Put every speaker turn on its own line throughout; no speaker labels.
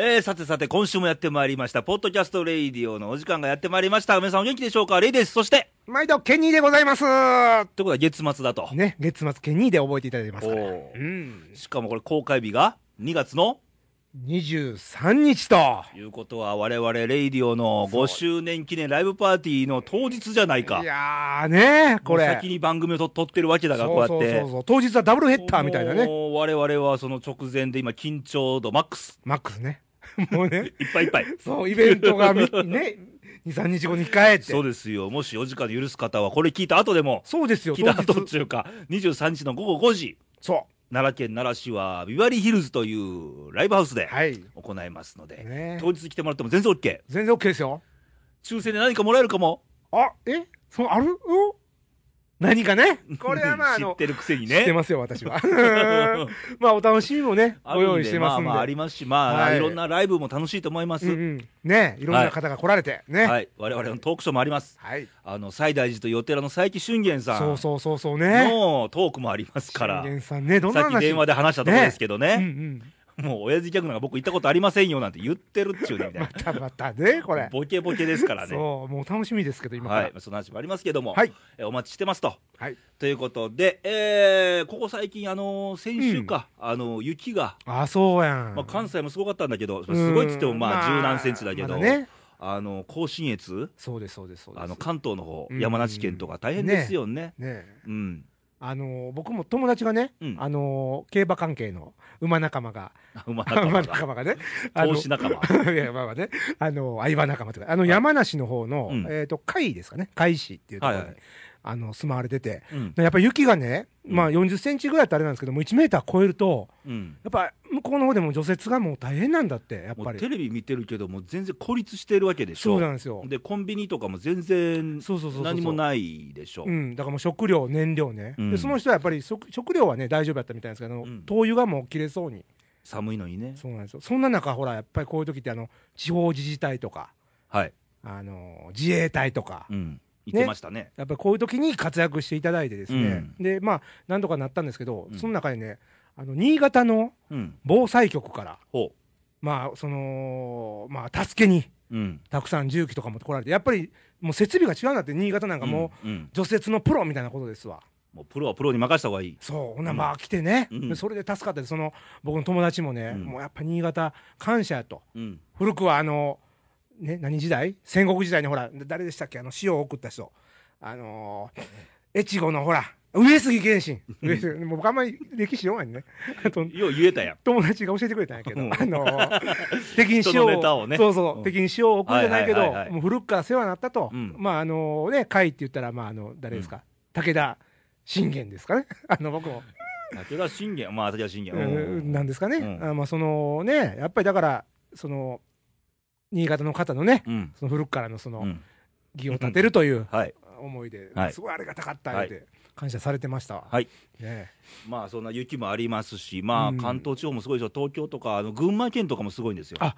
えー、さてさて、今週もやってまいりました、ポッドキャストレイディオのお時間がやってまいりました。皆さんお元気でしょうかレイです。そして、
毎度、ケニーでございます。
ということは月末だと。
ね、月末、ケニーで覚えていただいてます
お
から。う
ー
ん。
しかもこれ公開日が2月の
23日と。
ということは我々レイディオの5周年記念ライブパーティーの当日じゃないか
い。やーね、これ。
もう先に番組をと撮ってるわけだから、こうやって。
そうそうそうそう。当日はダブルヘッダーみたいなね。
もう我々はその直前で今緊張度マックス。
マックスね。 もうね、
いっぱいい っぱい。
そう、イベントがみ、ね、2、3日後に控えて。
そうですよ。もしお時間許す方はこれ聞いた後でも、
そうですよ、
聞いた後
当
っ
日。
ていうか、23日の午後5時、
そ
奈良県奈良市はビバリーヒルズというライブハウスで
う。はい。
行いますので、
ね
当日来てもらっても全然 OK。
全然 OK ですよ。
抽選で何かもらえるかも。
あ、えそう、あるお 何かね。これはまあ、あ
知っ
の、
てるくせに
知って
ね。
ますよ、私は。 まあ、お楽しみもね、
あ
ご
るんで
用意してますんで。
まあまあありますし、まあ、、
はいい
ろんなライブも楽しいと思います。
うんうん、ねいろんな方が来られてね。
は
はい。
い。我々のトークショーもあります。あの、西大寺と与寺の佐伯俊元さん
そう
の
そうそうそうね。
トークもありますから。
信玄さんね、どんな
さっ
話
き電話で話したところですけどね
うんうん。
もう親父ギャグなんか僕行ったことありませんよなんて言ってるっちゅうねみたい な、
またまたね、これ。
ボケボケですからね
そう、もう楽しみですけど、今か
は
ら
い。その話もありますけども、
はい
えお待ちしてますと
はい。
ということで、えーここ最近あのー先週か、あのー雪が、
あ、そうやん。
まあ、関西もすごかったんだけど、
うん
すごいっつってもまあ十何センチだけど、
まね。
あの甲信越
そうです、そうです、そうです。
あの関東の方、
うん
山梨県とか大変ですよね
ね
うん
あのー僕も友達がね、
うん
あのー競馬関係の馬仲間が、
馬仲
馬
間が
仲間がね、あの
投資仲間
いや、まあまあね、あの、相葉仲間とか、あの、
はい
山梨の方の、
うん
えっ、と、海ですかね、海市っていうところに、
はいはい
あの、住まわれてて、
うん
やっぱ雪がね、まあ
う
40センチぐらいってあれなんですけども、1メーター超えると、
うん
やっぱ向こうの方でも除雪がもう大変なんだって、やっ
も
ぱ
う
り
テ。レビ見てるけどもう全然孤立してるわけでしょ
そうなんですよ。
でコンビニとかも全然
そうそうそうそう。
何もないでしょ
うん、だからもう食料、燃料ね、
うん
でその人はやっぱり食食料はね、大丈夫だったみたいなんですけど、あの
うん
灯油がもう切れそうに、
寒いのにね
そうなんですよ、そんな中、ほら、やっぱりこういう時ってあの地方自治体とか、
はい、
あの自衛隊とか、
うん、言ってましたね
やっぱりこういう時に活躍していただいてですね、
うん
でまあなんとかなったんですけど、
うん
その中でねあの新潟の
うん
防災局から
ほ
まあそのまあ助けに
ううん
たくさん重機とかも来られてやっぱりもう設備が違うんだって新潟なんかもう、
うんうん
除雪のプロみたいなことですわ
もうプロはプロに任せた方がいい
そうほんならまあ来てね、
うん
でそれで助かってその僕の友達もね、
うん
もうやっぱ新潟感謝やと
うん
古くはあの、ね、何時代戦国時代にほら、誰でしたっけあの、塩を送った人。あのー、越後のほら、上杉謙信。上杉、もう僕あんまり歴史弱いんでね。あと
よう言えたやん
友達が教えてくれたんやけど、
うん
あのー、敵に塩
人のネタをね
そうそう、
うん
敵に塩を送るじゃないけど、
はいはいはいはい
もう古くから世話になったと、
うん
まああのね、甲斐って言ったら、まああの、誰ですか、武田信玄ですかね あの、僕も。
武田信玄まあ武田信玄
うんなんですかね、
うん
あまあそのねやっぱりだからその新潟の方のね
うん
その古くからのその
うん
義を立てるという
はい
思いで、
はい
すごいありがたかったって感謝されてましたわ、
はい
ね
まあそんな雪もありますしまあ
うん
関東地方もすごいでしょ東京とかあの群馬県とかもすごいんですよ
あ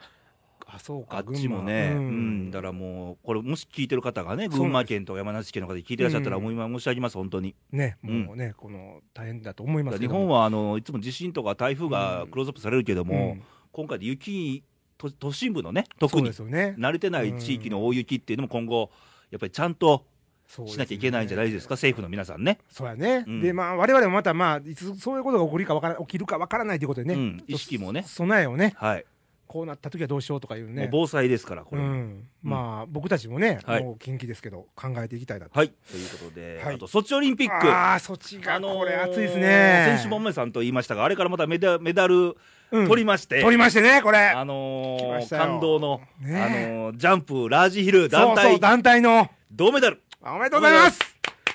あそう
あ
か
っちもね、う
群馬
んだからもう、これ、もし聞いてる方がね、群馬県とか山梨県の方で聞いてらっしゃったら、
うん
もう今申し上げます、本当に。
ね
うん
もうね、この大変だと思います
日
けど
本
は
はあのいつも地震とか台風がクローズアップされるけども、
うん
今回で雪都、都心部のね、特
そう
に
ですよね
慣れてない地域の大雪っていうのも今後、やっぱりちゃんと
そうです
し
ね
なきゃいけないんじゃないですか、政府の皆さんね。
そうやね、
うん
でまあ我々もまたまあいつそういうことが起こるかわから起きるかわからないということでね、
うん意識もね
備えをね
はい、
こうなった時はどうしようとかいう
もう
ね
防災ですから、これ。
うん、まあ、僕たちもね、
はい
もう近畿ですけど考えていきたいなと、
はい、ということで、
はい
あと、ソチオリンピック。
ああそっちが
ー
これ熱いですね、
先週も梅さんと言いましたが、あれからまたメダメダル
うん
取りまして、
取りましてねこれ
あの
来ま
ー、
したよ
感動の、
ねえ
あのー、ジャンプ、ラージヒル、団
そう
体、
そう団体の
銅メダル。
おめでとうございます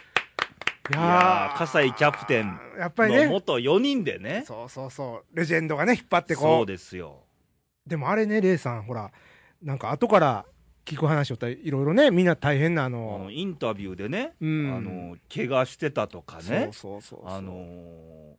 い
い
や
や
ー
ー、葛西キャプテン
やっぱり
の
ね
元4人でね。
そうそうそうレジェンドがね引っ張って
そ
こ
う
う
ですよ。
でもあれねレイさんほらなんか後から聞く話をったらいろいろねみんな大変なあ
あ
の
の、インタビューでね、
うん
あのー、怪我してたとか
そう
ね、
そうそうそう
あのー、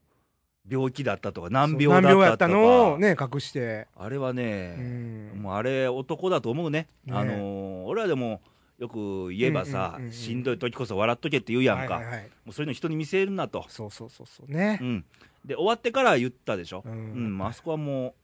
病気だったとか、難
そう
病
難
だ
病
っ
や
た
っ
と
たの
か
を。ね隠して
あれは
う
ね、
ん
もうあれ男だと思うね。
ね
あのー、俺らでも、よく言えばさ
うんうんうんう、ん
しんどい時こそ笑っとけって言うやん
はい
か。
はいはい
もうそういうの人に見せるなと。
そうそうそうそうね
うん、で終わってから言ったでしょ、う
うんん
まああそこはも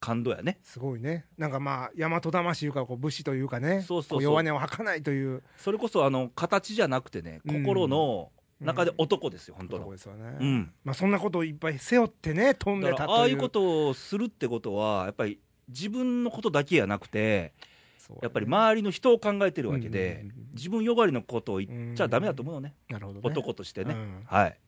感動やね。
すごいねなんかまあ大和魂いうかこう武士というかね
そうそうそう
こ弱音を吐かないという
それこそ、あの、形じゃなくてね、
うん
心の中で男ですよ、本当
と
の
ころ。ですよ
う
ね、
ん。
まあ、そんなことをいっぱい背負ってね飛んで
だか
た
ら、あ
と
あ
い
いううことをするってことは、やっぱり自分のことだけやなくて、
そう
やっぱり周りの人を考えてるわけ
う
で
んうんうん、
自分よがりのことを言っちゃダメだと思うのね、
なるほど、ね、
男として
う
ね。
ん
はい。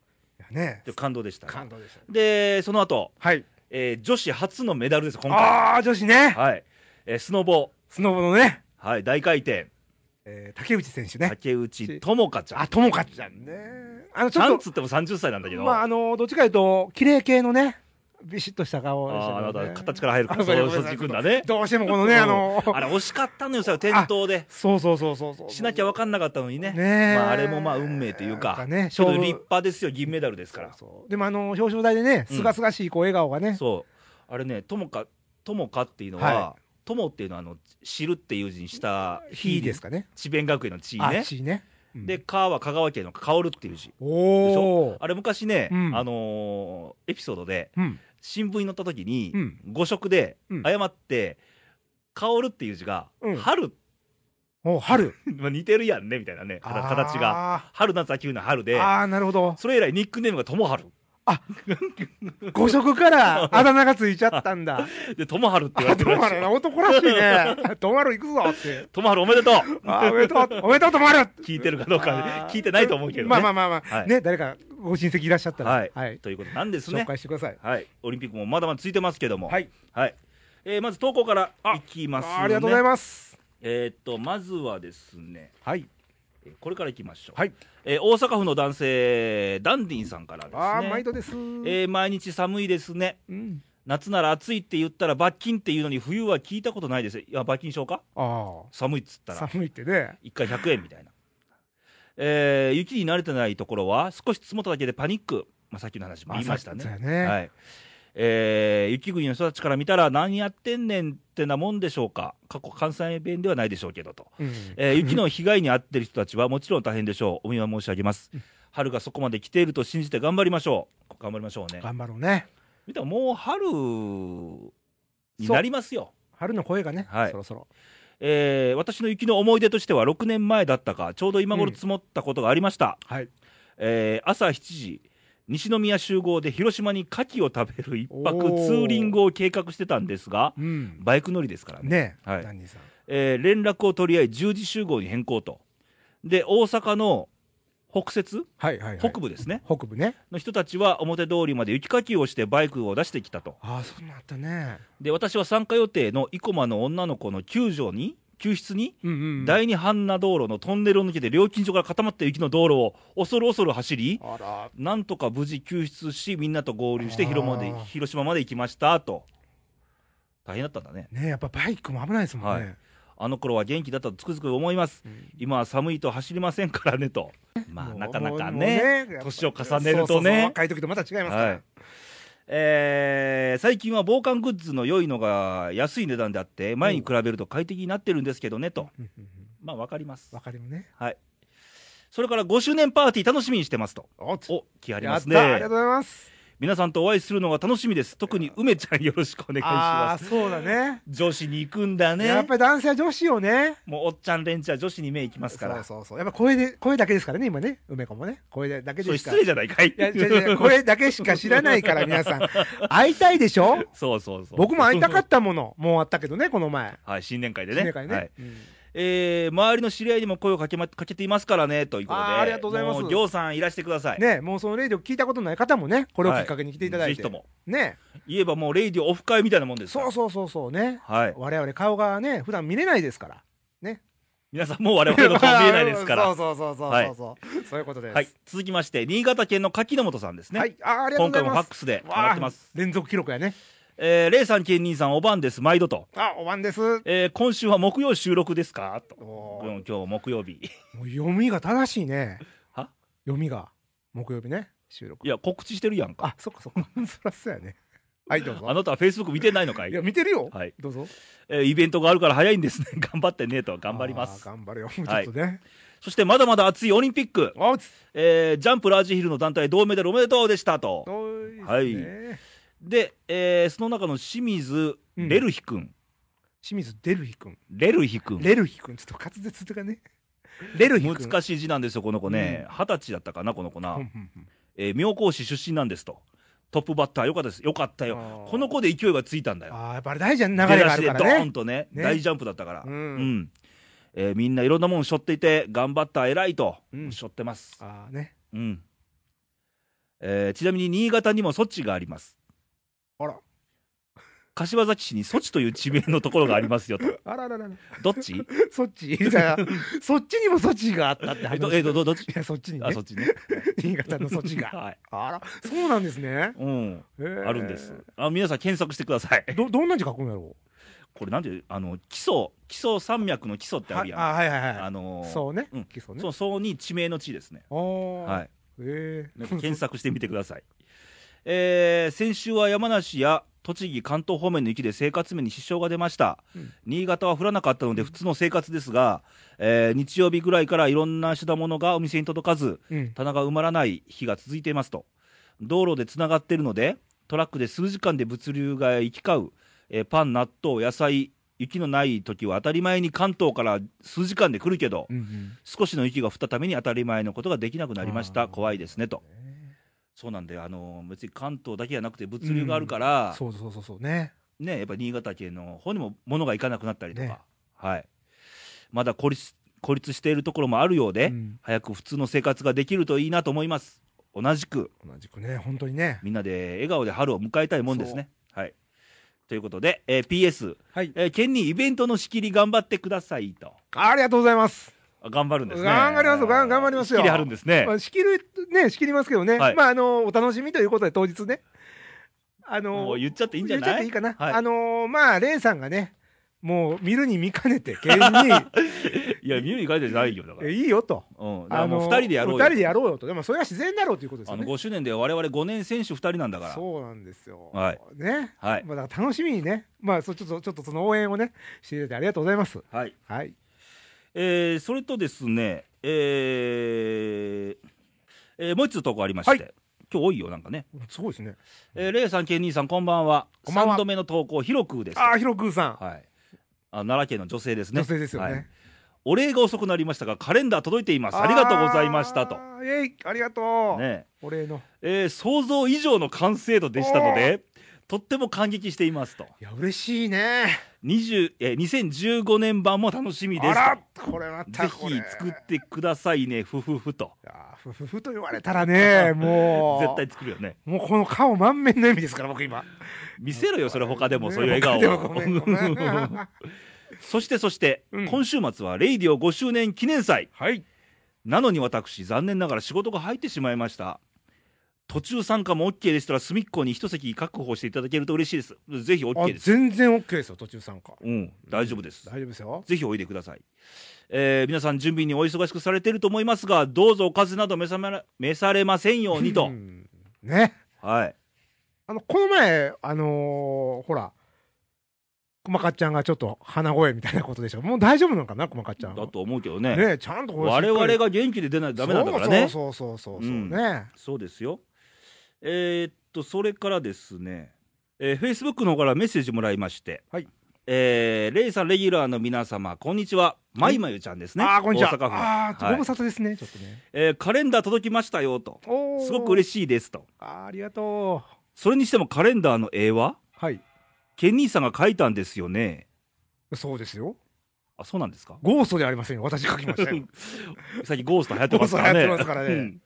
いやね
で感動でした。
感動でしたね
で、その後、
はい
えー女子初のメダルです、今回。
ああ女子ね
はい。えースノボ、
スノボのね、
はい、大回転、
えー竹内選手ね
竹内智香ちゃ
あ
ん。
ともかちゃんねあのち
な
ょ
ん
っ
つっても30歳なんだけ
と
ど、
まああのどっちかというと綺麗系のねビシッとした顔
あ
でした
ー
け
あ
ど
な
ね
た、形から入るか
あ
ら、
ご
そ
めん
う
ごめ
そっ
ん
ち
なさい
行くんだね。
どうしてもこのねあの
うんあれ惜しかったのよ、さ転倒で。
そうそうそうそうそう
しなきゃ分かんなかったのにね。
ねえ
まあ、あれもまあ運命というか、
なんかね
ちょっと
勝負
立派ですよ、銀メダルですから。そ
そうそうでもあの表彰台でね
うん
すがすがしいこう笑顔が
う
ね、
あれね、友か、友かっていうのは、
は
友っていうのは、あの、知るっていう字にした、
いいですかね
智弁学園の地
あ
ね。
地位ね、うん
で、かは香川県の薫っていう字。
お
でし
お
ょあれ昔ね、
うん
あのーエピソードで
うん
新聞に載った時に、
うん
誤植で
うん
誤って「薫、っていう字が「
うん
春」
お春
まあ似てるやんねみたいなね
あー
形が春夏秋冬の春で
ああなるほど
それ以来ニックネームが「友春
五色 からあだ名がついちゃったんだ」
で「友春」って言わ
あ
れて
と
るら
ま
しい
るな男らしいねとまる行くぞっ
「
て
友春おめでとう
あーおめでとうおめでとうとまる」
聞いてるかどうか
あー
聞いてないと思うけどね。
まあまあまあまあ、
はい
ね誰かご親戚いらっしゃったら
はい
はい、
ということなんです
紹
ね。
介してください
はい、オリンピックもまだまだついてますけども、
はい
はいえーまず投稿からいきます、ね、
あーありがとうございます
えーっとまずはですね、
はい
えーこれからいきましょう、
はい
えー大阪府の男性ダンディンさんからですね
ああ毎度です
えー毎日寒いですね
うん
夏なら暑いって言ったら罰金っていうのに冬は聞いたことないですいや罰金しようか
あ
寒いっつっ
あ
たら
寒いってね
1回100円みたいな、えー雪に慣れてないところは少し積もっただけでパニック、まあ、さっきの話も言いましたね
まあそうだね
はいえー雪国の人たちから見たら何やってんねんってなもんでしょうか過去関西弁ではないでしょうけどと
うん
えー 雪の被害に遭っている人たちはもちろん大変でしょう。お見舞い申し上げます。春がそこまで来ていると信じて頑張りましょう。頑張りましょうね。
頑張ろうね
見たらもう春になりますよ。
春の声がね、
はい
そろそろ
えー私の雪の思い出としては6年前だったか、ちょうど今頃積もったことがありました。
はい
えー朝7時、西宮集合で広島に牡蠣を食べる一泊
おー
ツーリングを計画してたんですが、
うん
バイク乗りですからね。
ねえ、
はい
ダンディさん
えー連絡を取り合い10時集合に変更と。で、大阪の北節
はいはい、はい、
北部ですね、
北部ね
の人たちは表通りまで雪かきをしてバイクを出してきたと、
ああそんなんあったね
で私は参加予定の生駒の女の子の救助に、救出に、
うんうん
第二阪奈道路のトンネルを抜けて、料金所から固まった雪の道路を恐る恐る走り、
あら
なんとか無事救出し、みんなと合流して
あー
広島まで広島まで行きましたと、大変だったんだね、
ねえやっぱバイクも危ないですもんね、
はあの頃は元気だったとつくづく思います、
うん
今は寒いと走りませんからね と、まあ、
もう
なかなか
もう
ね。
やっぱ
年を重ねるとね
そうそうそう若い時とまた違いますから、
はいえー最近は防寒グッズの良いのが安い値段であって前に比べると快適になってるんですけどねと、
うんうんうん
まあわかります
わかるよね
はいそれから5周年パーティー楽しみにしてますと
お
お気あり
や
ま
っ
す
たあ
ね
りがとうございます
皆さんとお会いするのが楽しみです特に梅ちゃんよろしくお願いし
あ
ま
あ
す
そうだね
女子に行くんだね
やっぱり男性は女子をね
もうおっちゃん連中は女子に目行きますから
そうそうそうやっぱ声で声だけですからね今ね梅子もね声だけ
そ
で
れ
しか
失礼じゃないかい
いや違う違う声だけしか知らないから皆さん会いたいでしょ
そうそうそう
僕も会いたかったものもうあったけどねこの前
はい新年会でね
新年会ね、
はい
うん
えー周りの知り合いにも声をかけ,、ま、かけていますからねということで
あーありがとうございます
もう行さんいらしてください
ねもうそのレイディを聞いたことない方もねこれをきっかけに来ていただ
ぜ
いて、
ひとも
ね
言えばもうレイディオオフ会みたいなもんですから
そうそうそうそうね
はい
我々顔がね普段見れないですから
皆さんもう我々の顔見えないですから
そうそうそうそうそうそう、そういうことです
はい、続きまして新潟県の柿本さんですね、
はいあありがと
今
うござ
回
い
もフ
ま
ァッ
す
クスで上
わあ
がってます、
連続記録やね
えー、レイさん県人さんおばんです毎度と、
あおわんです
えー今週は木曜収録ですかと
お
う
ー
ん今日木曜日
もう読みが正しいね
は
読みが木曜日ね収録
いや告知してるやんか
あそっかそ っかそらそうやねはいどう
あ
ぞ
なたはフェイスブック見てないのかい
いや見てるよ、
はい
どうぞ
えーイベントがあるから早いんですね 頑張ってねと頑張りま
あー
す
頑張るよちょ
は
っ
い
とね、
そしてまだまだ熱いオリンピック、
あおつ
えージャンプラージヒルの団体銅メダルおめでとうでしたと
おいっすね
はいで、えーその中の清水
うん
レルヒ君、
清水デルヒ君
レルヒ君
レルヒ君ちょっと滑舌とかねレルヒ君
難しい字なんですよこの子ね二十、歳だったかなこの子な、
うんうんうん
えー妙高市出身なんですとトップバッターよかったですよかったよ
あー
この子で勢いがついたんだよ
ああやっぱあれ大事な流れがある
出
か
だしでド
ら
ーン
ね
とね
ね
大ジャンプだったから
う
うん、
ん
えーみんないろんなもん背負っていて頑張った偉いと、
うん
背負ってます
ああね
うん、えーちなみに新潟にも措置があります
あら
柏崎市に措置という地名のところがあります よと
あらららら
どっち
そっち じゃあそっちにもそっちがあったって
えっ
話
と、えっと、どどっち
いやそっちに
あ
ね
そっちね
新潟のそっちが
はい、
あらそうなんですね
うん、
へー
あるんですあ皆さん検索してください
どどんな字書くんやろ
これなんであの基礎基礎山脈の基礎っ
う
てあるやん
は
あ
あはいはいはい
のー
そうね
うん
基礎ね
そうそうに地名の地ですね
ああ
はいい
へえ
検索してみてください。 えー先週は山梨や栃木、関東方面の雪で生活面に支障が出ました、
うん
新潟は降らなかったので、普通の生活ですが、えー日曜日ぐらいからいろんな品物がお店に届かず、
うん
棚が埋まらない日が続いていますと、道路でつながっているので、トラックで数時間で物流が行き交う、えーパン、納豆、野菜、雪のない時は当たり前に関東から数時間で来るけど、
うんうん
少しの雪が降ったために当たり前のことができなくなりまし
あ
た、
ー
怖いですねと。そうなんで、あの別に関東だけじゃなくて、物流があるから、
そうそうそうそうね
ね、やっぱ新潟県の方にも物が行かなくなったりとか、
ね
はい、まだ孤立孤立しているところもあるようで、
うん
早く普通の生活ができるといいなと思います。同じく、
同じくね本当にね
みんなで笑顔で春を迎えたいもんですね。はい、ということで、えー PS、
はい
えー県にイベントの仕切り頑張ってくださいと。
ありがとうございます
あ頑張るんですね。
頑張りますよ頑頑張りますよ
仕切りあるんですね
ま。あ、仕切るね仕切りますけどね、
はい
まああのお楽しみということで当日ねあの
もう言っちゃっていいんじゃ
言っちゃっ
な
てい
い
いかな、
はい
あのまあレイさんがねもう見るに見かねて 芸人に
いや、耳に書いてないよ、だか
え
ら。
いいよと。
うん、だからもう二人でやろうよ
二人でやろうよと。でもそれは自然だろうということです
あ
よ
の
ね。
5周年で我々5年選手2人なんだから、
そうなんですよ。
はい
ね。
はい
まあだから楽しみにね。まあそちょっとちょっとその応援をねしていただいてありがとうございます。
はい
はい。
えーそれとですね、えーえーもう一つ投稿ありまして、
はい
今日多いよ、なんかね、
すごいですね。
えー、レイさん、ケンニーさん、こんばんは、
こんばんは
3度目の投稿、広くです、
あ
は
あ
い、
ひろくーさん、
あ奈良県の女性ですね、
女性ですよね。
はいお礼が遅くなりましたが、カレンダー届いています、ありがとうございましたと、
あー。えいありがとう。
ね
お礼の。
えー想像以上の完成度でしたので、とっても感激していますと、
いや嬉しいね。
20えー2015年版も楽しみで
あ
すと
ら。これま
ぜ
たこれ。
ひ作ってくださいね、ふふふと。
あーふふふと言われ たらね、もう
絶対作るよね。
もうこの顔満面の笑みですから僕今。
見せろよ、それ他でも、
ね
そういう笑顔
ごめんごめんごめ
を。
ん
そして、そして、
うん
今週末はレイディオ5周年記念祭。
はい。
なのに私、残念ながら仕事が入ってしまいました。途中参加も OK でしたら、隅っこに一席確保していただけると嬉しいです。ぜひ OK
あ
です。
全然 OK ですよ途中参加
うん、大丈夫です。
大丈夫ですよ
ぜひおいでください。えー皆さん準備にお忙しくされていると思いますが、どうぞお風邪など召さめら召されませんように
う
と。
んね
はい。
あのこの前あのーほら熊かっちゃんがちょっと鼻声みたいなことでしょもう大丈夫なのかな熊かっちゃん
だ
は
と思うけど
ねちゃんとこれしっか
我
り
々が元気で出ないとダメなんだからねそう
そうそうそうそうそううんね
ですよえーっとそれからですねえー、Facebook の方からメッセージもらいまして、
はい
えーレイさんレギュラーの皆様こんにちはまいまゆちゃんですね
ああこんにちは
大阪府
ああーご
はい
無沙汰ですね、ちょっとね
えーカレンダー届きましたよと
お
すごく嬉
しい
しいですと
あーありがとう
それにしてもカレンダーの絵は
はい
ケニーさんが書いたんですよね
そうですよ
あそうなんですか
ゴーストではありませんよ私書きましたよ
最近ゴースト流行ってますからね
ゴースト流行ってますからね
うん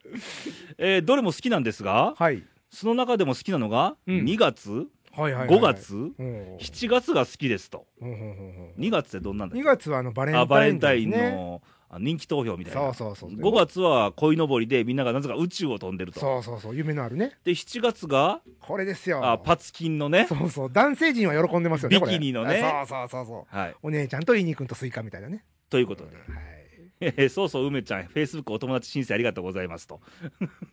えーどれも好きなんですが
はい
その中でも好きなのが
うん
2月、
はいはいはい
5月、
うん
7月が好きですと
うんうんうんうん
2月ってどんなんだっ
2月はあのバレンタイ
あ
ン
バレンタイン
ですね
のあ人気投票みたいな
そうそうそう
5月は鯉のぼりでみんながなぜか宇宙を飛んでると
そうそうそう夢のあるね
で7月が
これですよ
あパツキンのね
そうそう男性陣は喜んでますよねこれ
ビキニのね
あそうそうそうそう
はい
お姉ちゃんとイニ君とスイカみたいなね
ということで、
はい
えー そうそう梅ちゃんフェイスブックお友達申請ありがとうございますと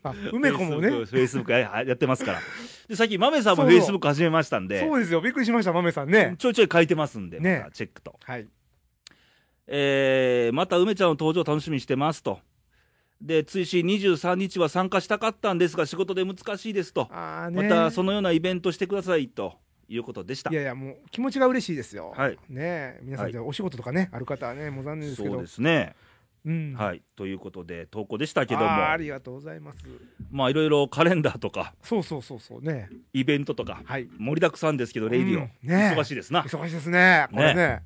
あ梅子もね
フェイスブックややってますからで最近豆さんも
そ
フ
う
ェイスブック始めましたんで
そうですよびっくりしました豆さんね
ちょいちょい書いてますんで、
ね
またチェックと
はい
えーまた梅ちゃんの登場楽しみにしてますと、で追伸23日は参加したかったんですが仕事で難しいですと、
ああ
ま
ね
たそのようなイベントしてくださいということでした
いやいやもう気持ちが嬉しいですよ、
はい
ねえ皆さんでお仕事とかね、ある方はねもう残念ですけ
そう
ど
ですね、
うん
はいということで投稿でしたけども
あーありがとうございます
まあいろいろカレンダーとか
そうそうそうそうね
イベントとか
はい
盛りだくさんですけどレイディオ、
うんねえ
忙しいですな
忙しいですねこれね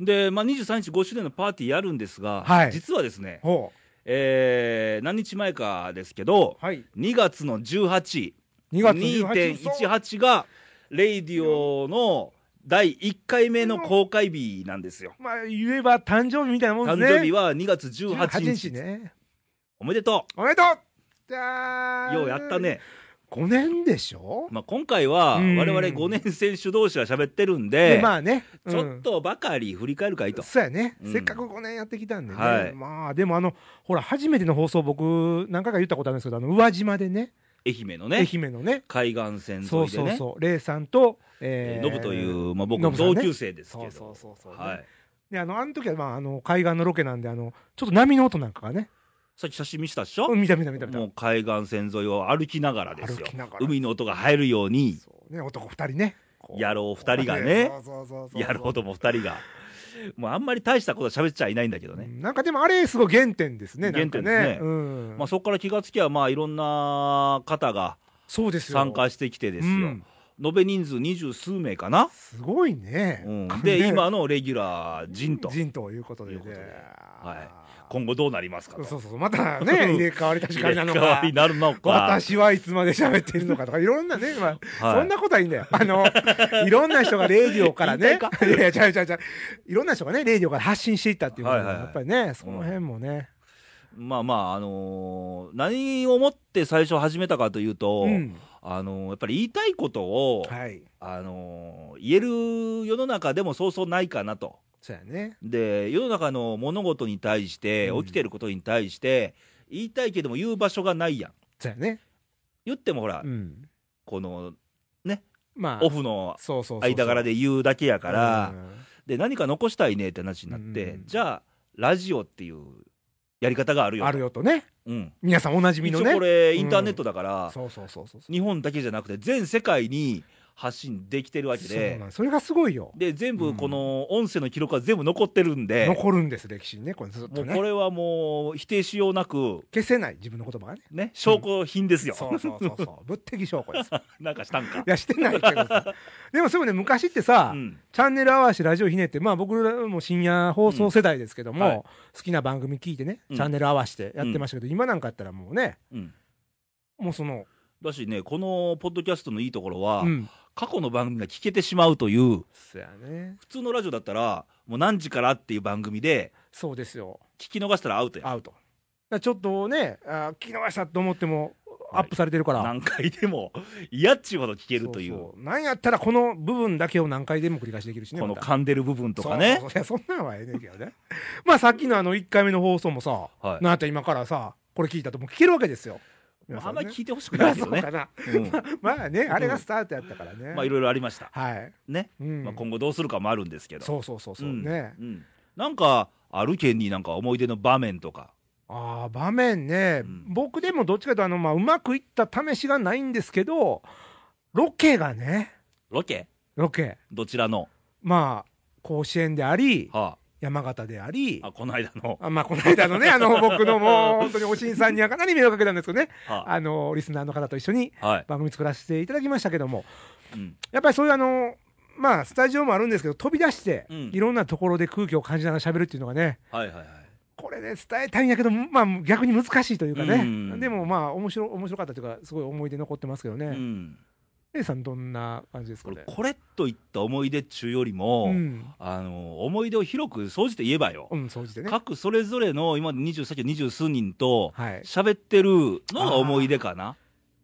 で、まあ、23日5周年のパーティーやるんですが、
はい
実はですね、
ほ
えー何日前かですけど
うはい
2月の18
2月18日
2.18がレイディオの第1回目の公開日なんですよ
まあ言えば誕生日みたいなもんで
誕
すね
生日は2月18
18
日
日ね
おめでと
おめでとうじゃ
う
あ
ようやったね、
5年でしょ、
まあ、今回は我
うん
々5年生主導者が喋ってるんで
でまあね、うん
ちょっとばかり振り返るかいと、
そうやね、
うん
せっかく5年やってきたんでね、
はい
まあでもあのほら初めての放送僕何回か言ったことあるんですけどあの宇和島でね
愛媛のね
愛媛のね
海岸線沿いでね
そうそうそうレイさんと
え
え
ー
ー
ノブという、まあ、僕の
ノブさ
同
んね
級生ですけ
そ
ど、
うそうそうそう、
はい、
であのあの時はまああの海岸のロケなんであのちょっと波の音なんかがね
さっき写真見せたっしょ、
うん見た見た見た見た
もう海岸線沿いを歩きながらです
歩
よ
きながら
海の音が入るように
そうね男2人ねこう
野郎二人がね
そうそうそうそ う
やるほども二人がもうあんまり大したこと喋っちゃいないんだけどね、
なんかでもあれすごい原点ですねなんか
原点ですね
うん
まあ、そこから気がつきゃまあいろんな方が
そうですよ
参加してきてですよ、
うん
延べ人数二十数名かな、
すごいね、
うん、で
ね
今のレギュラー陣と
陣ということで
とい
ね
うことではい今後どうなりますかと
そうそうそうまたね 入れ替わり立ち替わりなの
入れ替わ
か
りになるのか
私はいつまで喋ってるのかとかいろんなね、まあ
はい
そんなことはいいんだよあ のいろんな人がレイディオからね
引退
いやいや違う違う違ういろんな人がねレイディオから発信していったっていうのは
はいはいはい
やっぱりねその辺もね、
まあまあ、あのー何をもって最初始めたかというと、
うん
あのーやっぱり言いたいことを、
はい
あのー言える世の中でもそうそうないかなと。
そうやね
で、世の中の物事に対して、
うん
起きてることに対して、言いたいけども言う場所がないやん。
そうやね
言ってもほら、
うん
この
まあ
オフの
そうそうそうそう
間柄で言うだけやから、
うん
で、何か残したいねって話になって、
うん
じゃあ、ラジオっていうやり方があるよと。
あるよとね
うん。
皆さんおなじみ
一
の
応
ね
これ、インターネットだから、
そうそうそうそうそう
日本だけじゃなくて全世界に発信できてるわけ
そう
で
なんそれがすごいよ
で全部この音声の記録は全部残ってるんで、
残るんです歴史にねこれず
も
っと
う
ね
これはもう否定しようなく、
消せない自分の言葉がね
ね、証拠品ですよ、
そうそうそうそう物的証拠です
なんかしたんか
い。やしてないけど さでもそういうね昔ってさ、
うん
チャンネル合わせラジオひねってまあ僕らも深夜放送世代ですけども、
うんはい
好きな番組聞いてね、
うん
チャンネル合わせてやってましたけど、今なんかやったらもうね
うん
もうその、
だしね、このポッドキャストのいいところは、
うん、
過去の番組が聞けてしまうという、
そやね
普通のラジオだったら、もう何時からっていう番組で、
そうですよ
聞き逃したらアウトや、
アウトだからちょっとねあー聞き逃したと思っても
はい
アップされてるから、
何回でも嫌っちゅうほど聞けるという、
そそなんやったらこの部分だけを何回でも繰り返しできるしね
この
また
噛んでる部分とかね、
そうそうそういやそんなんはええねんけどねまあさっきのあの1回目の放送もさ、
はい
なんて今からさこれ聞いたともう聞けるわけですよ
まああんまり聞いてほしく
くな
ないい
け
けど
どね
ね
そう、か
うん
なまあねあれがスタートやったからね、
まあいろいろありました。
はい、
ね
うん
まあ、今後どうするかもあるんですけど、
そうそうそうそう、
ん
ね
うんなんか、ある県になんか思い出の場面とか、
ああ場面ね、
うん
僕でもどっちかというとあの、まあ、うまくいった試しがないんですけどロケがね
ロケ、
ロケ
どちらの、
まあ甲子園であり
は
山形であり
あ、あこの間の、
あまあこの間のね あの僕のもう本当におしんさんにはかなり迷惑かけたんですけどね
は
あのリスナーの方と一緒に
あはい
番組作らせていただきましたけども
うん
やっぱりそういうあのまあスタジオもあるんですけど飛び出して、
うん
いろんなところで空気を感じながら喋るっていうのがね
はいはいはい、
これね伝えたいんやけどまあ逆に難しいというかね、
うん
でもまあ面白面白かったというかすごい思い出残ってますけど
う
ね、
ん、
A さんどんな感じですか
これ
ね、
これといった思い出っちゅうよりも、
うん、
あの思い出を広く総じて言えばよ、
うん、掃除でね
各それぞれの今、20さっきの20数人と
はい
喋ってるのが思い出かな、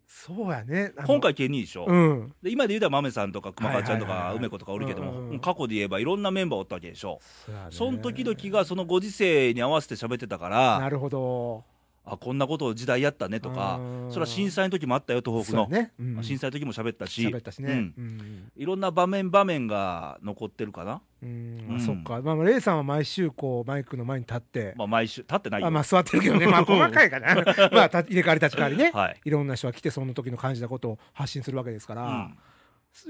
そうやねあの
今回、県人でしょ、
うん
で今で言うたら豆さんとか熊川ちゃんと
はいはいはい
か
はい
梅子とかおるけど
うんうん
も、
うん
過去で言えばいろんなメンバーおったわけでしょ。
そうやね
その時々がそのご時世に合わせて喋ってたから、
なるほど
あこんなことを時代やったねとか
あー
それは震災の時もあったよ東北の、
そうやねうん
震災の時も喋ったし
喋ったしね、
う
うんん
いろんな場面場面が残ってるかな、
うんま
うん
あ、そっか、まあ、まあレイさんは毎週こうマイクの前に立って、
まあ、毎週立ってないよ
あまあ、座ってるけ どね、まあ、細かいかなまあた入れ替わり立ち替わりね、
はい、
いろんな人が来てその時の感じたことを発信するわけですか
う
ら、
ん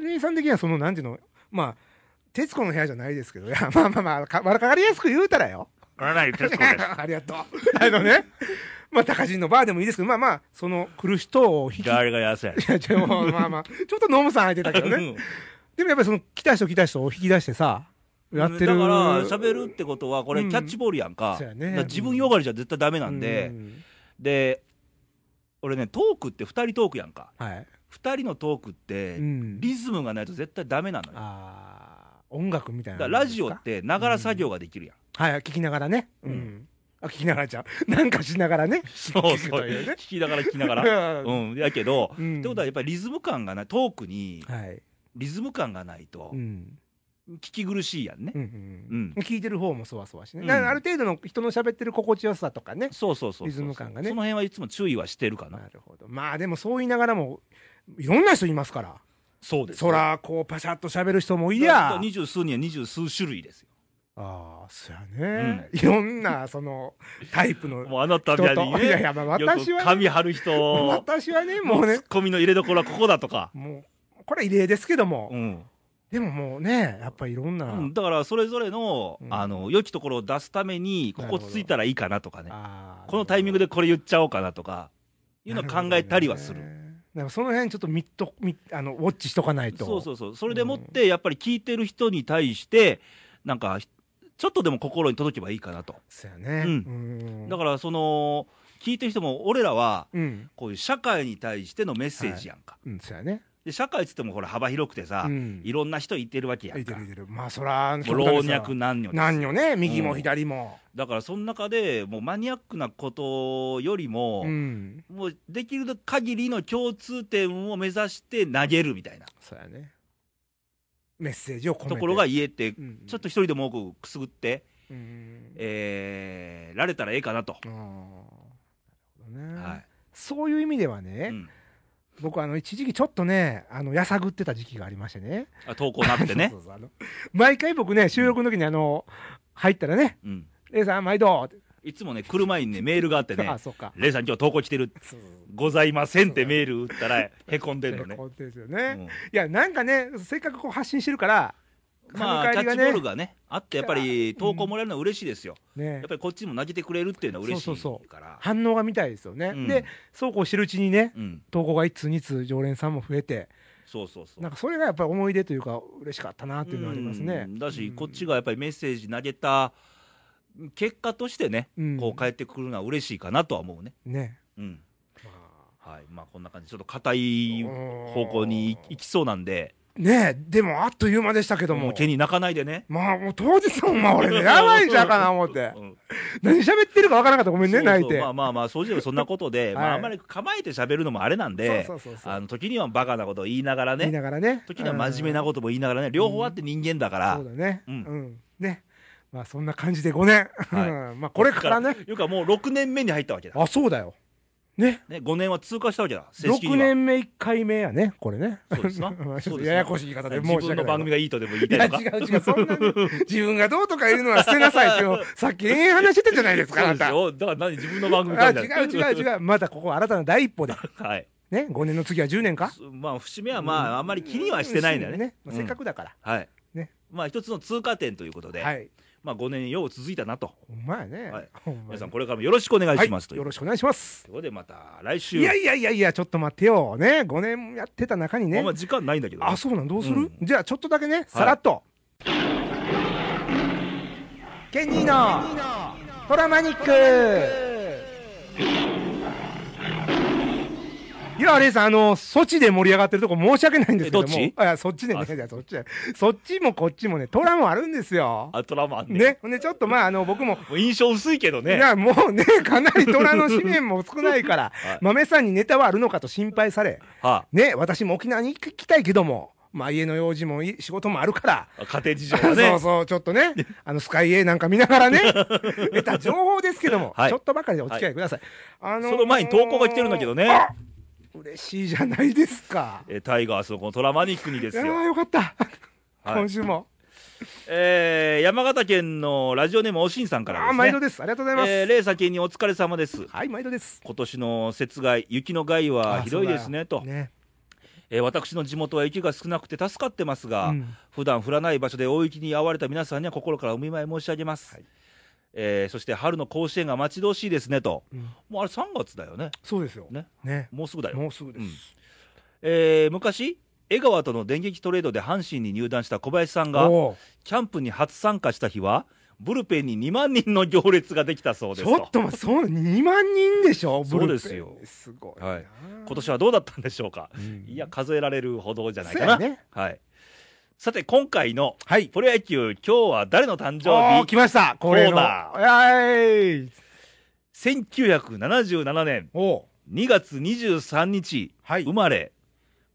レイさん的にはそのなんていうのまあ『徹子の部屋』じゃないですけどいやまあまあまあかわかりやすく言うたらよ
占い徹子です
ありがとうあのねまあ高人のバーでもいいですけどまあまあその来る人を引きい
誰が痩せ
やちょまあまあちょっとノムさん入ってたけどねでもやっぱりその来た人来た人を引き出してさやってる
だから喋るってことはこれ
う
キ
ん
ャッチボールやんか,、
そうやね
自分よがりじゃ絶対ダメなんで、
うん
で俺ねトークって2人トークやんか
はい、
2人のトークって
うん
リズムがないと絶対ダメなのよ、
あー音楽みたい
だ
な
からラジオってながら作業ができるやん、
はい聞きながらねうん、あ聞きながらじゃん なんかしながらね
そう
聞く
そう
というね
聞きながら聞きながら
うん
うんやけど、
うん
ってことはやっぱりリズム感がないトークに
はい
リズム感がないと
うん
聞き苦しいやんね、
うんうん
う
聞いてる方もそわそわしね、
うん
だからある程度の人の喋ってる心地よさとかね
そうそうそうそう
リズム感がね
その辺はいつも注意はしてるかな、
なるほどまあでもそう言いながらもいろんな人いますから
そうです
そらこうパシャッと喋る人もい
だから
や
二十数人は二十数種類ですよ
ああそやね、いろんなそのタイプの
もうあなた
人
みたい
と
にね
いやいやまあ
よく
私は、ね、
紙貼る 人
私はねも
も
う
う
ね
ツッコミの入れどころはここだとか、
もうこれは異例ですけども、
うん
でももうねやっぱりいろんな、
うんだからそれぞれの,、
うん
あの良きところを出すためにここついたらいいかなとかね
あー
このタイミングでこれ言っちゃおうかなとかいうのを
なるほど
考えたりはする
ねだからその辺ちょっとみっとみあのウォッチしとかないと
そうそうそうそれでもってやっぱり聞いてる人に対してなんかちょっとでも心に届けばいいかなと
そうやね
うん
うん
だからその聞いてる人も俺らは
うん
こういう社会に対してのメッセージやんか、
うんそうやね
で社会っつってもほら幅広くてさ、
うん
いろんな人いてるわけや
い
ん
て
か
るいてるまあそら
もう老若男女です
何よね右
う
も
ん
左も、
だからその中でもうマニアックなことよりも、
うん、
もうできる限りの共通点を目指して投げるみたいな
そうやねメッセージを込めて
ところが、言えて、
うん、
ちょっと一人でも多くくすぐって、
うん
えーられたらええかなと、
あーなるほどね、
はい
そういう意味ではね、
うん
僕あの一時期ちょっとねあのやさぐってた時期がありましてね
あ投稿なってね
そうそうそうあの毎回僕ね収録の時にあの入ったらね
うん
「レイさん毎度」って
いつもね来る前にねメールがあってね
あそうか
「レイさん今日投稿来てる
そうそうそう
ございません」ってメール打ったらへこんでんのね、
こうですよ
う
ね、
ん
いやなんかねせっかくこう発信してるから
まあ
神
キャ
帰
ッ
り
チボールがねあってやっぱり投稿もらえるのは嬉しいですよ、
ね
やっぱりこっちも投げてくれるっていうのは嬉しいから
そうそうそ反応が見たいですよね、
うん
でそうこうしてるうちにね
うん、
投稿が一通二通常連さんも増えて
そうそうそう
なんかそれがやっぱり思い出というか嬉しかったなっていうのはありますね
うんだし、こっち
が
がやっぱりメッセージ投げた結果としてね、こう返ってくるのは嬉しいかなとは思うね。
ね、
うん。
ま
はい。まあこんな感じ、ちょっと硬い
あ
方向にいいきそうなんで、
ねでもあっという間でしたけど
も
も
う手に泣かないでね。
まあもう当日もま あ俺ねやばいんちゃうかな思って
うん
何喋ってるかわからなかったごめん
そう
ね
そう
泣いて
まあまあまあ、そういうそんなことで、
い
まああんまり構えて喋るのもあれなんで
そうそうそう、そう
あの、時にはバカなことを言いながら
言い
ね、
ながらね
時には真面目なことも言いながらね、両方あって人間だか
と
ら
そう、だね
う
うんん、ねまあそんな感じで5年、
は
まあこれからね
いうかもう6年目に入ったわけだ。
あそうだよね
ね、5年は通過したわけだ、正式に
6
は。
年目1回目やねこれね
そうですな
まあち
そ
ょ
う
っ
ですな
とややこしい言い方で申し
自分
訳ない
の番組がいいとでも言い
い
た
や
いのか
違う違うそんなね 自分がどうとか言うのは捨てなさいっていうのをさっき延々話してたじゃないですか
そ
あ
う
な
です
た
よだから何自分の番組
あ
か
違
みたいな
う違う
う
違うまだここは新たな第一歩で
はい
ね5年の次は10年か
まあ節目はまああんまり気にはしてないんだよね
まあせっかくだから、
うんはい
ね
まあ一つの通過点ということで、
はい
まあ5年よう続いたなと
ほんまやね、
はい
ほんまに
皆さんこれからもよろしくお願いしますと
はいい
とい
うよろしくお願いします
うことでまた来週
いやいやいやいやちょっと待ってよね5年やってた中に
あ
ね
んま時間ないんだけど
あそうなんどうする、
うん
じゃあちょっとだけねさらっと、ケニーのトラマニックいや、レイさん、あの、ソチで盛り上がってるとこ申し訳ないんですけども。
えどっち
あいやそっちでね、
あ
いやそっちで。そっちもこっちもね、トラもあるんですよ。
あトラマンね
ね。ほんで、ちょっとまあ、あの、僕も、
もう印象薄いけど
い
ね
や、もうね、 かなりトラの紙面も少ないから、
はい
豆さんにネタはあるのかと心配され、
は
ね、私も沖縄に行きたいけども、まあ家の用事もい仕事もあるから、
家庭事情がね
そうそう、ちょっとね、あの、スカイエーなんか見なが らね、得た情報ですけども、
はい
ちょっとばかりでお付き合いください。あー
その前に投稿が来てるんだけどね。
あ嬉しいじゃないですか。
えータイガースのこのトラマニックにで
い
す
や
よ
ー、。よかった。
はい
今週も。
えー山形県のラジオネームおしんさんから
ああー、
で
毎
す
度
ね。
です。ありがとうございます。
えー、レーサ県にお疲れ様です。
はい、毎度です。
今年の雪害、雪の害はひどいですね
あーそう
と、
だよね
えー私の地元は雪が少なくて助かってますが、
うん
普段降らない場所で大雪に遭われた皆さんには心からお見舞い申し上げます、
はい
えーそして春の甲子園が待ち遠しいですねと、
うん
もうあれ3月だよね、
そうですよ。
ね
ね。
もうすぐだよ、
もうすぐです。
えー昔、江川との電撃トレードで阪神に入団した小林さんが、
おー
キャンプに初参加した日は、ブルペンに2万人の行列ができたそうです
ち
と、
ょっと待って、そう、2万人でしょ
そうですよ
ブルペンすごい。
はい、今年はどうだったんでしょうか、
ん
いや、数えられるほどじゃないか
そう
な。
やね
はい、さて、今回の
はい。
プロ野球、今日は誰の誕
お
生
ー
日
来ました。これの。
コーナ
はい。
1977年
おう
2月23日、
はい
生まれ、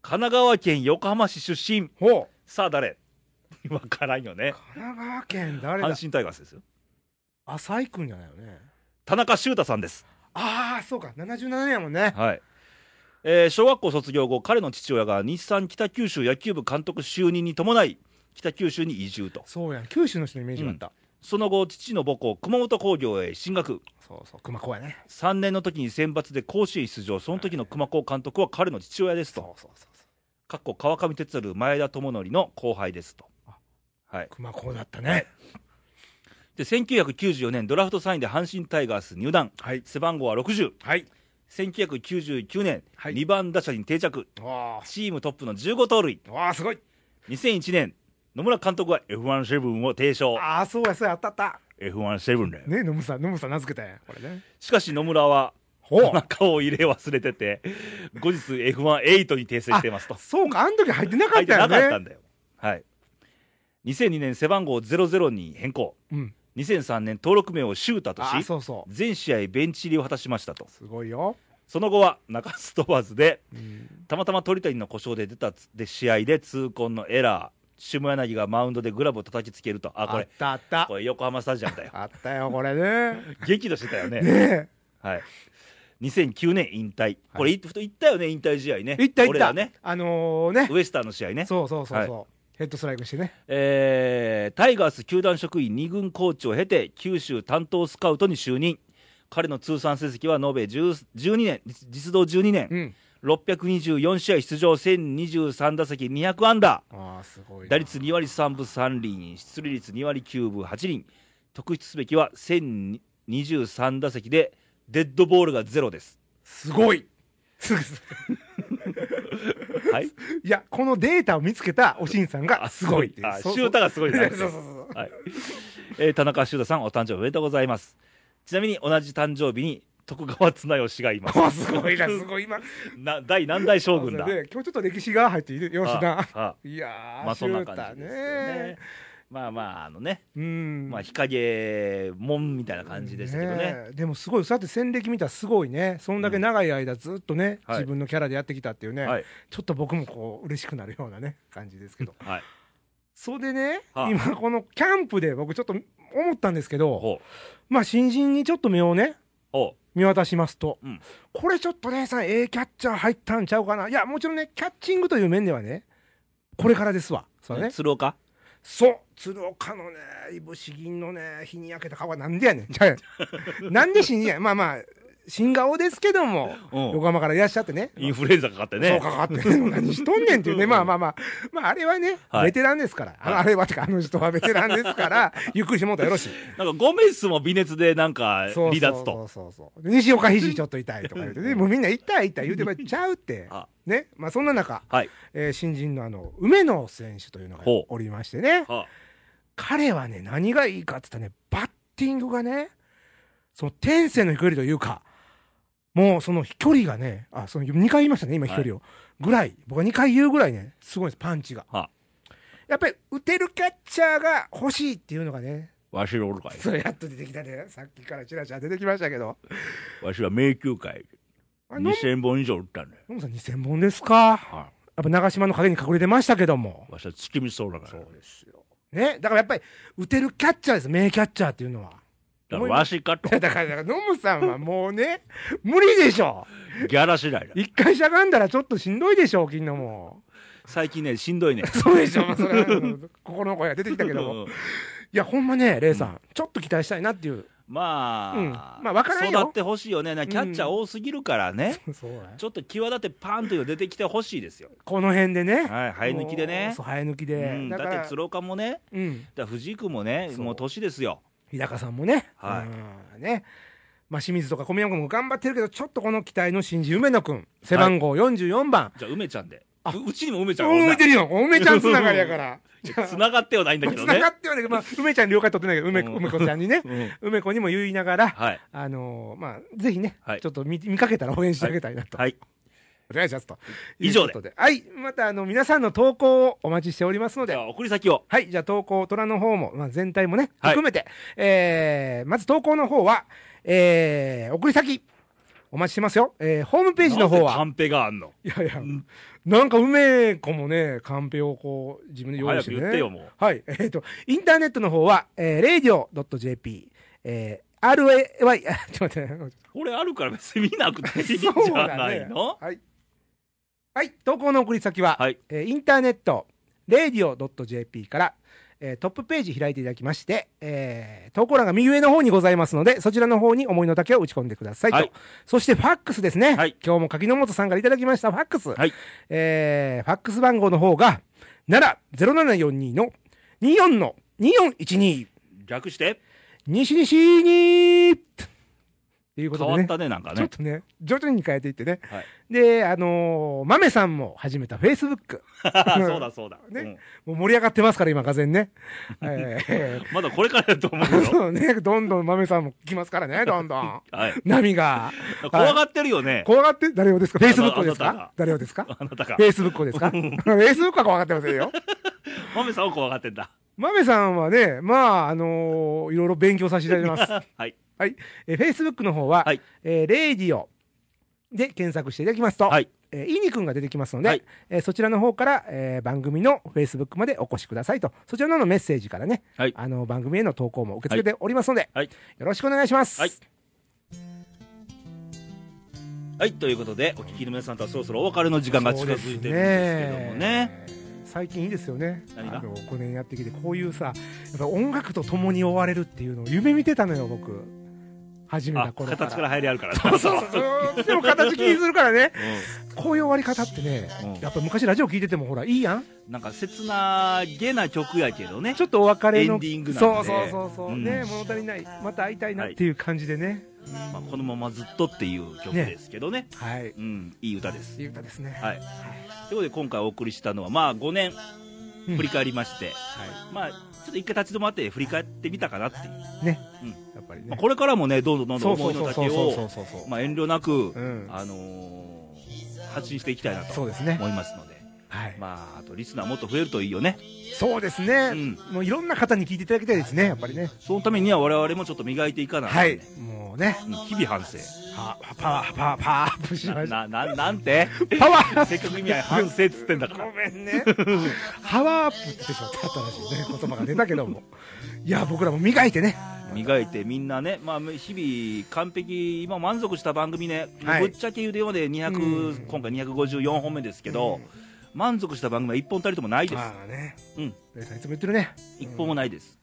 神奈川県横浜市出身、
ほう。
さあ誰 わからんよね。
神奈川県誰だ
阪神タイガースですよ。
浅井君じゃないよね。
田中修太さんです。
ああ、そうか。77年やもんね。
はい。えー小学校卒業後、彼の父親が日産北九州野球部監督就任に伴い、北九州に移住と。
そうやん。九州の人のイメージがあった。
その後、父の母校、熊本工業へ進学。
そうそう。熊子やね。
3年の時に選抜で甲子園出場、その時の熊高監督は彼の父親ですと。
そうそうそう。
かっこ川上哲治、前田智則の後輩ですと。はい。
熊子だったね。
で、1994年、ドラフト3位で阪神タイガース入団。
はい。
背番号は60。
はい。
1999年、
はい
2番打者に定着。
わ
チームトップの15盗塁。
あ。わあ、すごい。
2001年、野村監督は F17 を提唱。
ああ、そうや、そうや、あったあった。
F17 だよ。
ね、ノムさん、ノムさん名付けたんやこれ ね。
しかし野村は、
ほう
お腹を入れ忘れてて、後日 F18 に訂正していますと。
そうか、あの時入ってなか
入
っ
って
たよ
な
ね。
かったんだよ。はい。2002年、背番号00に変更。
うん。
2003年、登録名をシュータと
ああ、
し、
そうそう。
全試合ベンチ入りを果たしましたと。
すごいよ。
その後は中洲飛ばずで、
うん。
たまたま鳥谷の故障で出たつで試合で痛恨のエラー、下柳がマウンドでグラブを叩きつけると、あ、こ
あっ
れ、
たあった
こ。れ横浜スタジアムだ よ。
あったよ、こ れね。
激怒してたよね。
ね
はい。2009年引退。これ、い行ったよね、引退試合ね。
え。いったいっ
俺
た
らね。。
あのーね。
ウエスターの試合ね。
そうそうそうそう。ヘッドストライクしてね。
えータイガース球団職員2軍コーチを経て、九州担当スカウトに就任。彼の通算成績は延べ10 12年、実実働12年。
うん。
624試合出場、1023打席200安打。
ああ、すごいな。
打率2割3分3厘、出塁率2割9分8厘、特筆すべきは1023打席で、デッドボールがゼロです。
すごい。すぐす
はい、
いや、このデータを見つけたおしんさんがすごいっていう。
あ
そう
シュータがすごい
そう
な
そうそうそう。
はいえー田中修太さん、お誕生日おめでとうございます。ちなみに同じ誕生日に徳川綱吉がいます。
こう すごいな、すごい今。
な第何代将軍だ。
で、今日ちょっと歴史が入っているよしな。
あ
いやー、
まあそんな
シュータ
感じですよね
ね。。
まあまあ、あのね、
うん。
まあ日陰門みたいな感じでしたけどね。
えでもすごい、さて戦歴見たらすごいね。そんだけ長い間ずっとね、
はい
自分のキャラでやってきたっていうね、
はい。
ちょっと僕もこう嬉しくなるようなね、感じですけど。
はい。
それでね、
はあ
今このキャンプで僕ちょっと思ったんですけど、
ほう。
まあ新人にちょっと目をね、
ほ
見渡しますと、
うん。
これちょっとねさんええキャッチャー入ったんちゃうかないやもちろんねキャッチングという面ではねこれからですわそうれね
鶴岡
そう鶴岡のねいぶし銀のね日に焼けた顔はなんでやねんちゃうやんなんで新人やまあまあ新顔ですけども、
うん
横浜からいらっしゃってね
インフルエンザかかってね。
そうかかってるの何しとんねんっていうね、まあまあまあ、まああれはね、
はい
ベテランですから、あの
はい
あれはてか、あの人はベテランです から、ゆっくりしてもらったらよろしい。
なんかゴメスも微熱でなんか
そう
離脱と。
そうそうそうで西岡肘ちょっと痛いとか言うて、ね、もうみんな痛い痛い言うてばちゃうって
あ。
ね。まあそんな中、
はい。
えー新人のあの、梅野選手というのが
ほう
おりましてね。
は
彼はね、何がいいかって言ったらね、バッティングがね、その天性の飛距離というか、もうその飛距離がね、あ、その2回言いましたね、今飛距離を。ぐらい、僕は2回言うぐらいね、すごいです、パンチが。
あは
やっぱり打てるキャッチャーが欲しいっていうのがね、
あ。わしはおるかい。
それやっと出てきたね。さっきからチラチラ出てきましたけど。
わしは迷宮会
あれ、
2000本以上打ったんだよ。
ノムさん2000本ですか
は
っぱ長島の陰に隠れてましたけども。
わしは月見そうだから。
ですよ。ね、だからやっぱり、打てるキャッチャーです、名キャッチャーっていうのは。
だからわしかと
い。や だから、だからノムさんはもうね、無理でしょ。
ギャラ次 第だ。
一回しゃがんだらちょっとしんどいでしょ、金のも。
最近ね、しんどいね。
そうでしょ、まあそ れは心の声が出てきたけども。
うん
いや、ほんまね、レイさん、ちょっと期待したいなっていう。
まあ、
うんまあわからんよ
育ってほしいよね。なキャッチャー多すぎるからね。
そう
ちょっと際立ってパーンというの出てきてほしいですよ。
この辺でね。
はい、生え抜きで
もう
ね
そ。う、生え抜き
う
で。
ん、だ
だか
っ
ら
て、鶴岡もね、だか
うん。
ら藤井君もね、
そう
もう年ですよ。
日高さんもね。
はい
うんね。まあ、清水とか小宮山君も頑張ってるけど、ちょっとこの期待の新人、梅野君。背番号44番。
じゃあ、梅ちゃんで。
あ
ううちにも梅ちゃん
お
が
めてるよ。おめちゃんつながりやから。
つながって はないんだけ
つ
ど
な
ね
が。ってはね、まあ、梅ちゃん了解取ってないけど、梅
うん
梅子ちゃん にね、
うん
梅子にも言いながら、
はい。
あのーまあ、ぜひね、
はい
ちょっと見見かけたら応援してあげたいなと。
はい。
お願いしますと。
以上
いうことで。はい。また、あの、皆さんの投稿をお待ちしておりますの
じ
で
ゃ。あ、送り先を。
はい。じゃあ、投稿、虎の方も、まあ、全体もね、
はい
含めて、えー、まず投稿の方は、えー、送り先、お待ちしてますよ。えー、ホームページの方
なぜカ
は、
ンペがあんの。
いやいや、なんか梅子もね、カンペをこう、自分で用意
早
して
く
ね。
言ってよ、もう。
はい。 えっ、と、インターネットの方は、えー、radio.jp、えー、ray、あちょっと待って、
これあるから別に見なくていいんじ
そう
ゃ
だ
な
ね
いの
はい。はい、投稿の送り先は、
はい
えーインターネット、radio.jp から、えートップページ開いていただきまして、えー投稿欄が右上の方にございますので、そちらの方に思いの丈を打ち込んでくださいと。
はい
そして、ファックスですね。
はい
今日も柿の本さんからいただきました、ファックス。
はい
えーファックス番号の方が、奈良0742の24の2412、
略して、
西西にっていうこと
変
で
わ
ね
っ。たね、なんか
ちょ
ね。
っとね、徐々に変えていってね。
はい
で、あのー、豆さんも始めたフェイスブック。
そうだ、そうだ。
ね
うん
もう盛り上がってますから、今、がぜ んね。え
まだこれからだと思う
ー
よ。
そうね、どんどん豆さんも来ますからね、どんどん。
はい。
波が。
怖がってるよね。
怖がって、誰をですかフェイスブックをです
あなた
か
が
誰をですか
あなたが
フ。ェイスブックをですかフ ェイスブックは怖がってませんよ。
マメさんは怖がってんだ。
豆さんはね、まあ、あのーいろいろ勉強させていただきます。
はい。
はい。えー、Facebook の方は、
はい
えーレイディオで検索していただきますと、
はい
えー、いにくんが出てきますので、
はい
えーそちらの方から、えー番組の Facebook までお越しくださいと、そちらの方のメッセージからね、
はい
あの、番組への投稿も受け付けておりますので、
はい
よろしくお願いします。
はいはい、ということで、お聞きの皆さんとはそろそろお別れの時間が近づいてるんですけどもね。
そうですね。最近いいですよね。あ
何が
の、5年やってきて、こういうさ、やっぱ音楽と共に追われるっていうのを夢見てたのよ、僕。始め
あ、
た頃から。
形から入りあるからな。
そうそうそう。でも形気にするからね。
う
こういう終わり方ってね、
うん
やっぱ昔ラジオ聞いててもほら、いいやん。
んなんか切なげな曲やけどね。
ちょっとお別れの。
エンディングなんで
そうそうそうそう。
うん
ね、物足りない。また会いたいなっていう感じでね。
まあ、このままずっとっていう曲ですけどね。
はい。い
うん、いい歌です。
い歌ですね。
はい。ということで、今回お送りしたのは、まあ、5年
うん
振り返りまして、
は
まあ、ちょっと一回立ち止まって振り返ってみたかなっていう。
い。ね
うん。
やっぱり
まあ、
ね。
これからもね、どんどんどんどん
そうそ
思い
う
の
そうそ
丈
うそうそ
を
う、そうそう。
まあ、遠慮なく、
うん
あのー発信していきたいなと
そう
思
ですね。
いますので、
はい。
まあ、あとリスナーもっと増えるといいよね。
そうですね
うん。
もういろんな方に聞いていただきたいですね、やっぱりね。
そのためには我々もちょっと磨いていかないと
は
ね
い。もうね。
うん日々反省。
は、パワー、パワー、パワーアップしました。
な、な、なんて
パワー
せっかく意味合い反省っつってんだから
ご。めんね。パワーアップって言ってしまった新しいね、言葉が出たけ ども。いや、僕らも磨いてね。
磨いてみんなね、まあ、日々完璧今満足した番組ね、
はい
ぶっちゃけ言うてよで
うん
200今回254本目ですけど、満足した番組は1本たりともないです、
まあね。
うん、
レイさんいつも言ってるね。
1本もないです、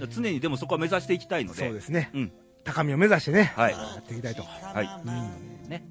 だから常にでもそこは目指していきたいので
そうですね。
うん
高みを目指してね。
はい
やっていきたいと。
はい
うん
ね、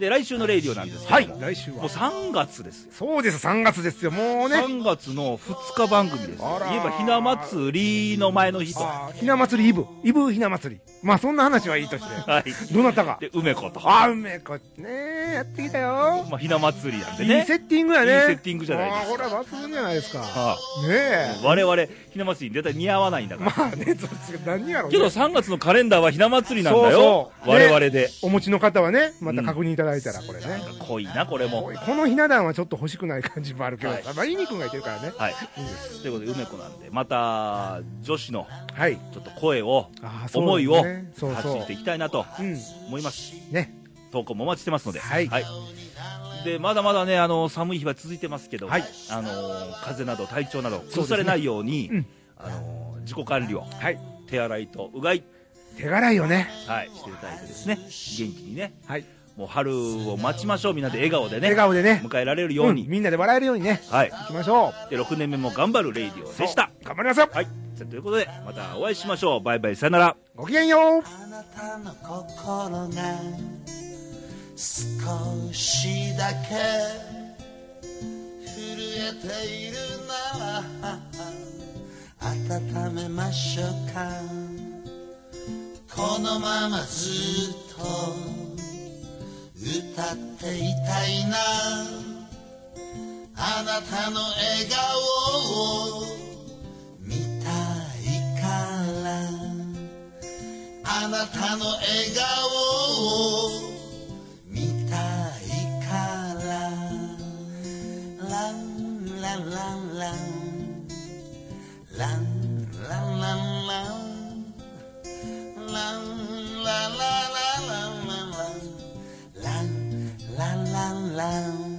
で来週の「レイディオ」なんですけ
は
ど
い。
も,、
来週
もう
は。
3月ですよ、
そうです、3月ですよ。もうね。
3月の2日番組ですよ
あらー
言えばひな祭りの前の日と、は
あーひな祭りイブ。イブひな祭り。まあ、そんな話はいいとして。
い、
どなたが。
で梅子と、
あー、うめえこねやってきたよ。
まあ、ひな祭りなんで
い
ね
いセッティングやね。
いいセッティングじゃないですか
あーこれは抜群じゃないですか。
は
ねえ
あ、。 我々ひな祭りに絶対似合わないんだから
まあね、どっちが何やろうね
けど3月のカレンダーはひな祭りなんだよ
そうそう
我々で、
お持ちの方はね、また確認いただいたら、これね。
濃いなこれも
おいこのひな壇はちょっと欲しくない感じもあるけど、
はい
まあ、いいにくんがいてるからね。
はい
いいです。
ということで梅子なんでまた女子の
はい。
ちょっと声を
あー
思いを
そうねそう
発信していきたいなと
そう。うん。
思います
ね。
投稿もお待ちしてますので
はい
はい、でまだまだねあの寒い日は続いてますけど、
はい
あの風邪など体調など崩されないように
うん
あの自己管理を
はい。
手洗いとうがい、
手洗いよね。
はい、していただいてですね元気にね
はい。
もう春を待ちましょうみんなで笑顔でね
笑顔でね
迎えられるように、
んみんなで笑えるようにね。
はい
行きましょう。
で6年目も頑張るレイディオでした
頑張りましょう。
はいさあということでまたお会いしましょうバイバイさよなら
ごきげんよう。
あなたの心が少しだけ震えているなら温めましょうかこのままずっと歌っていたいなあなたの笑顔を見たいからあなたの笑顔を見たいからランランランランランランランランランラララランランランランランランランラン